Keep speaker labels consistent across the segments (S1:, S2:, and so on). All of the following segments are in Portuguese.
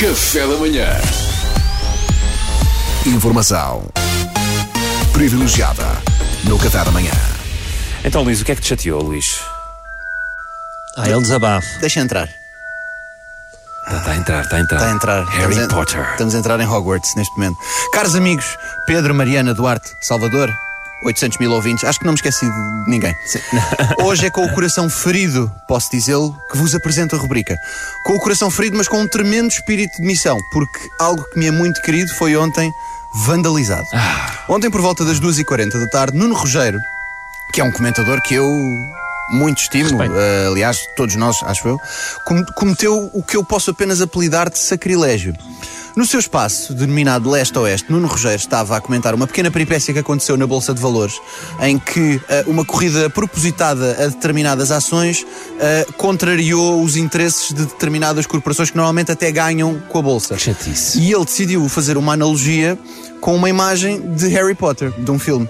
S1: Café da Manhã. Informação privilegiada no Café da Manhã.
S2: Então, Luís, o que é que te chateou, Luís?
S3: Ah, ele desabafo.
S4: Deixa entrar.
S2: Está Ah, tá a entrar, está a entrar.
S4: Está Tá a entrar.
S2: Harry
S4: estamos a-
S2: Potter.
S4: estamos a entrar em Hogwarts neste momento. Caros amigos, Pedro, Mariana, Duarte, Salvador, 800 mil ouvintes, acho que não me esqueci de ninguém. Hoje é com o coração ferido, posso dizê-lo, que vos apresento a rubrica. Com o coração ferido, mas com um tremendo espírito de missão, porque algo que me é muito querido foi ontem vandalizado.
S1: Ah.
S4: Ontem, por volta das 2h40 da tarde, Nuno Rogério, que é um comentador que eu muito estimo, eh, aliás, todos nós, acho eu, com- cometeu o que eu posso apenas apelidar de sacrilégio. No seu espaço, denominado Leste-Oeste, Nuno Rogério estava a comentar uma pequena peripécia que aconteceu na Bolsa de Valores, em que eh, uma corrida propositada a determinadas ações eh, contrariou os interesses de determinadas corporações que normalmente até ganham com a Bolsa.
S2: Que chatice.
S4: E ele decidiu fazer uma analogia com uma imagem de Harry Potter, de um filme.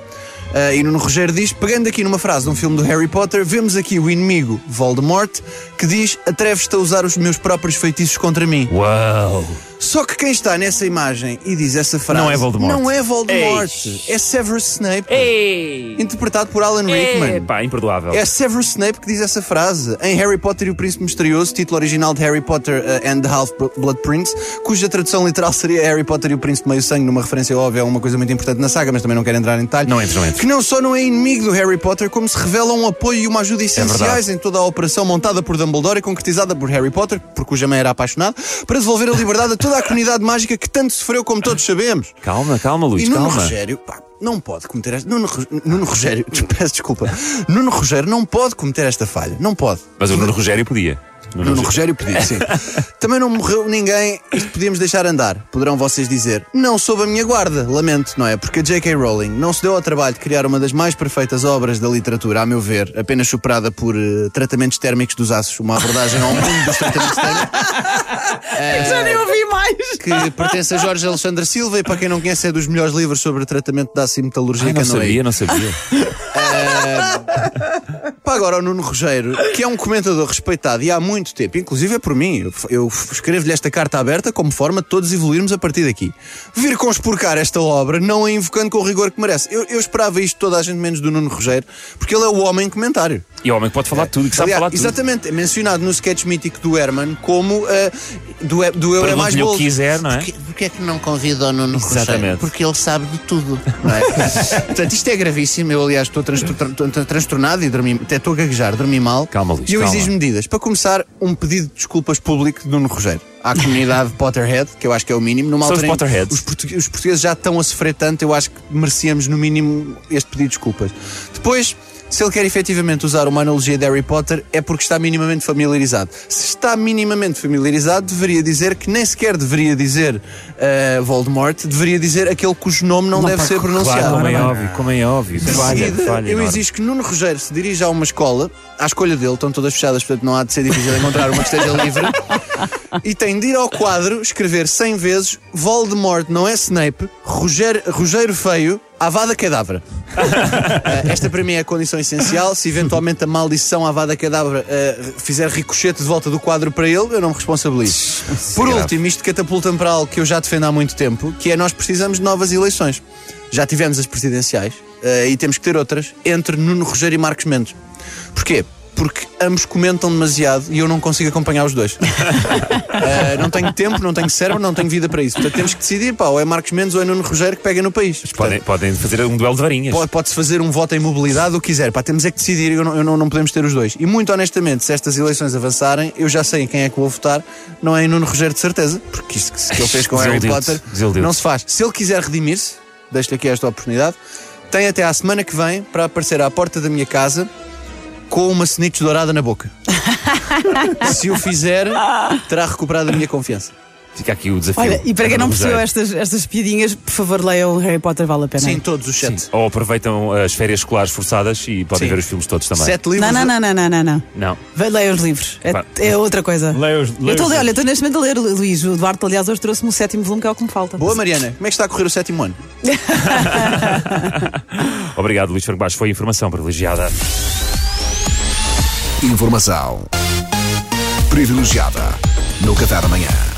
S4: Ah, e Nuno Rogério diz, pegando aqui numa frase de um filme do Harry Potter, vemos aqui o inimigo Voldemort, que diz: Atreves-te a usar os meus próprios feitiços contra mim.
S2: Uau!
S4: Só que quem está nessa imagem e diz essa frase
S2: Não é Voldemort.
S4: não é Voldemort, é Severus Snape,
S2: Ei!
S4: interpretado por Alan Rickman.
S2: Epá, imperdoável.
S4: É Severus Snape que diz essa frase. Em Harry Potter e o Príncipe Misterioso, título original de Harry Potter eh, and the Half-Blood Prince, cuja tradução literal seria Harry Potter e o Príncipe Meio-Sangue, numa referência óbvia a uma coisa muito importante na saga, mas também não quero entrar em detalhe.
S2: Não entro, não entro.
S4: Que não só não é inimigo do Harry Potter, como se revela um apoio e uma
S2: É
S4: ajuda essenciais em toda a operação montada por Dumbledore e concretizada por Harry Potter, por cuja mãe era apaixonado, para devolver a liberdade a toda a comunidade mágica que tanto sofreu, como todos sabemos.
S2: Calma, calma, Luís,
S4: E Nuno
S2: calma.
S4: Rogério, pá, não pode cometer esta. Nuno, Ro- Nuno Rogério, peço desculpa. Nuno Rogério não pode cometer esta falha. Não pode.
S2: Mas o Nuno Rogério podia. Nuno
S4: Nuno
S2: Rogério-
S4: Rogério pediu, sim. Também não morreu ninguém, isto podíamos deixar andar. Poderão vocês dizer, não sob a minha guarda, lamento, não é? Porque a J.K. Rowling não se deu ao trabalho de criar uma das mais perfeitas obras da literatura, a meu ver, apenas superada por eh, tratamentos térmicos dos aços, uma abordagem ao mundo dos tratamentos térmicos,
S5: É Já nem ouvi mais.
S4: que pertence a Jorge Alexandre Silva e, para quem não conhece, é dos melhores livros sobre tratamento de aço e metalurgia
S2: Ai,
S4: que
S2: não
S4: andam aí.
S2: sabia, não sabia.
S4: Para agora ao Nuno Rogério, que é um comentador respeitado e há muito tempo, inclusive é por mim, eu f- eu f- escrevo-lhe esta carta aberta como forma de todos evoluirmos a partir daqui. Vir conspurcar esta obra, não a invocando com o rigor que merece. Eu, eu esperava isto de toda a gente menos do Nuno Rogério, porque ele é o homem comentário.
S2: E o homem que pode falar tudo, que sabe
S4: Aliás,
S2: falar tudo.
S4: Exatamente, é mencionado no sketch mítico do Herman como ah, do, do Eu é mais
S2: Pergunte-lhe o
S4: bold.
S2: que quiser, não é?
S4: Porquê, porquê é que não convida o Nuno Rogério?
S2: Exatamente.
S4: Porque ele sabe de tudo. Não é? Portanto, isto é gravíssimo. Eu, aliás, estou transtor- tran- tran- transtornado e dormi, até estou a gaguejar, dormi mal.
S2: Calma, Luís,
S4: E eu
S2: calma.
S4: exijo medidas. Para começar, um pedido de desculpas público de Nuno Rogério. À comunidade Potterhead, que eu acho que é o mínimo, numa
S2: São os
S4: altura em que
S2: Potterheads.
S4: os portugue- os portugueses já estão a sofrer tanto, eu acho que merecíamos, no mínimo, este pedido de desculpas. Depois, se ele quer efetivamente usar uma analogia de Harry Potter, é porque está minimamente familiarizado. Se está minimamente familiarizado, deveria dizer que nem sequer deveria dizer eh, Voldemort, deveria dizer aquele cujo nome não, deve ser pronunciado.
S2: Claro, como é óbvio, como é óbvio.
S4: De
S2: Falha,
S4: seguida,
S2: falha.
S4: eu
S2: enorme.
S4: exijo que Nuno Rogério se dirija a uma escola, à escolha dele, estão todas fechadas, portanto não há de ser difícil encontrar uma que esteja livre, e tem de ir ao quadro escrever 100 vezes Voldemort não é Snape, Rogério, Rogério Feio, Avada Kedavra. Ah, esta para mim é a condição essencial. Se eventualmente a maldição Avada Kedavra ah, fizer ricochete de volta do quadro para ele, eu não me responsabilizo. Por último, isto catapulta-me para algo que eu já defendo há muito tempo, que é nós precisamos de novas eleições. Já tivemos as presidenciais ah, e temos que ter outras entre Nuno Rogério e Marcos Mendes. Porquê? Porque ambos comentam demasiado e eu não consigo acompanhar os dois. Ah, não tenho tempo, não tenho cérebro, não tenho vida para isso. Portanto, temos que decidir, pá, ou é Marcos Mendes ou é Nuno Rogério que pega no país.
S2: Podem, podem fazer um duelo de varinhas.
S4: Pode- Pode-se fazer um voto em mobilidade, o que quiser. Pá, temos é que decidir, eu não, eu não- não podemos ter os dois. E muito honestamente, se estas eleições avançarem, eu já sei em quem é que vou votar, não é em Nuno Rogério de certeza, porque isso que, que ele fez com Harry
S2: Desiludiu-te,
S4: Potter
S2: desiludiu-te.
S4: não se faz. Se ele quiser redimir-se, deixo-lhe aqui esta oportunidade, tem até à semana que vem para aparecer à porta da minha casa com uma cenite dourada na boca. se o fizer, terá recuperado a minha confiança.
S2: Fica aqui o desafio.
S5: Olha, e para quem não
S2: Vamos
S5: percebeu
S2: usar.
S5: estas, estas piadinhas, por favor, leiam Harry Potter, vale a pena.
S4: Sim, Tá todos os sete.
S2: Ou aproveitam uh, as férias escolares forçadas e podem
S4: Sim.
S2: ver os filmes todos também.
S4: Sete livros.
S5: Não, não, não, não, não, não, não.
S2: Não.
S5: Vai- Leiam os livros.
S2: Vá.
S5: É, é outra coisa.
S6: Leia os-
S5: eu
S6: leia
S5: estou a
S6: os
S5: ler, olha,
S6: livros.
S5: estou neste momento a ler, Luís. O Duarte, aliás, hoje trouxe-me o sétimo volume, que é o que me falta.
S4: Boa, Mariana. Como é que está a correr o sétimo ano?
S2: Obrigado, Luís Franco Bastos. Foi informação privilegiada.
S1: Informação privilegiada no Café da Manhã.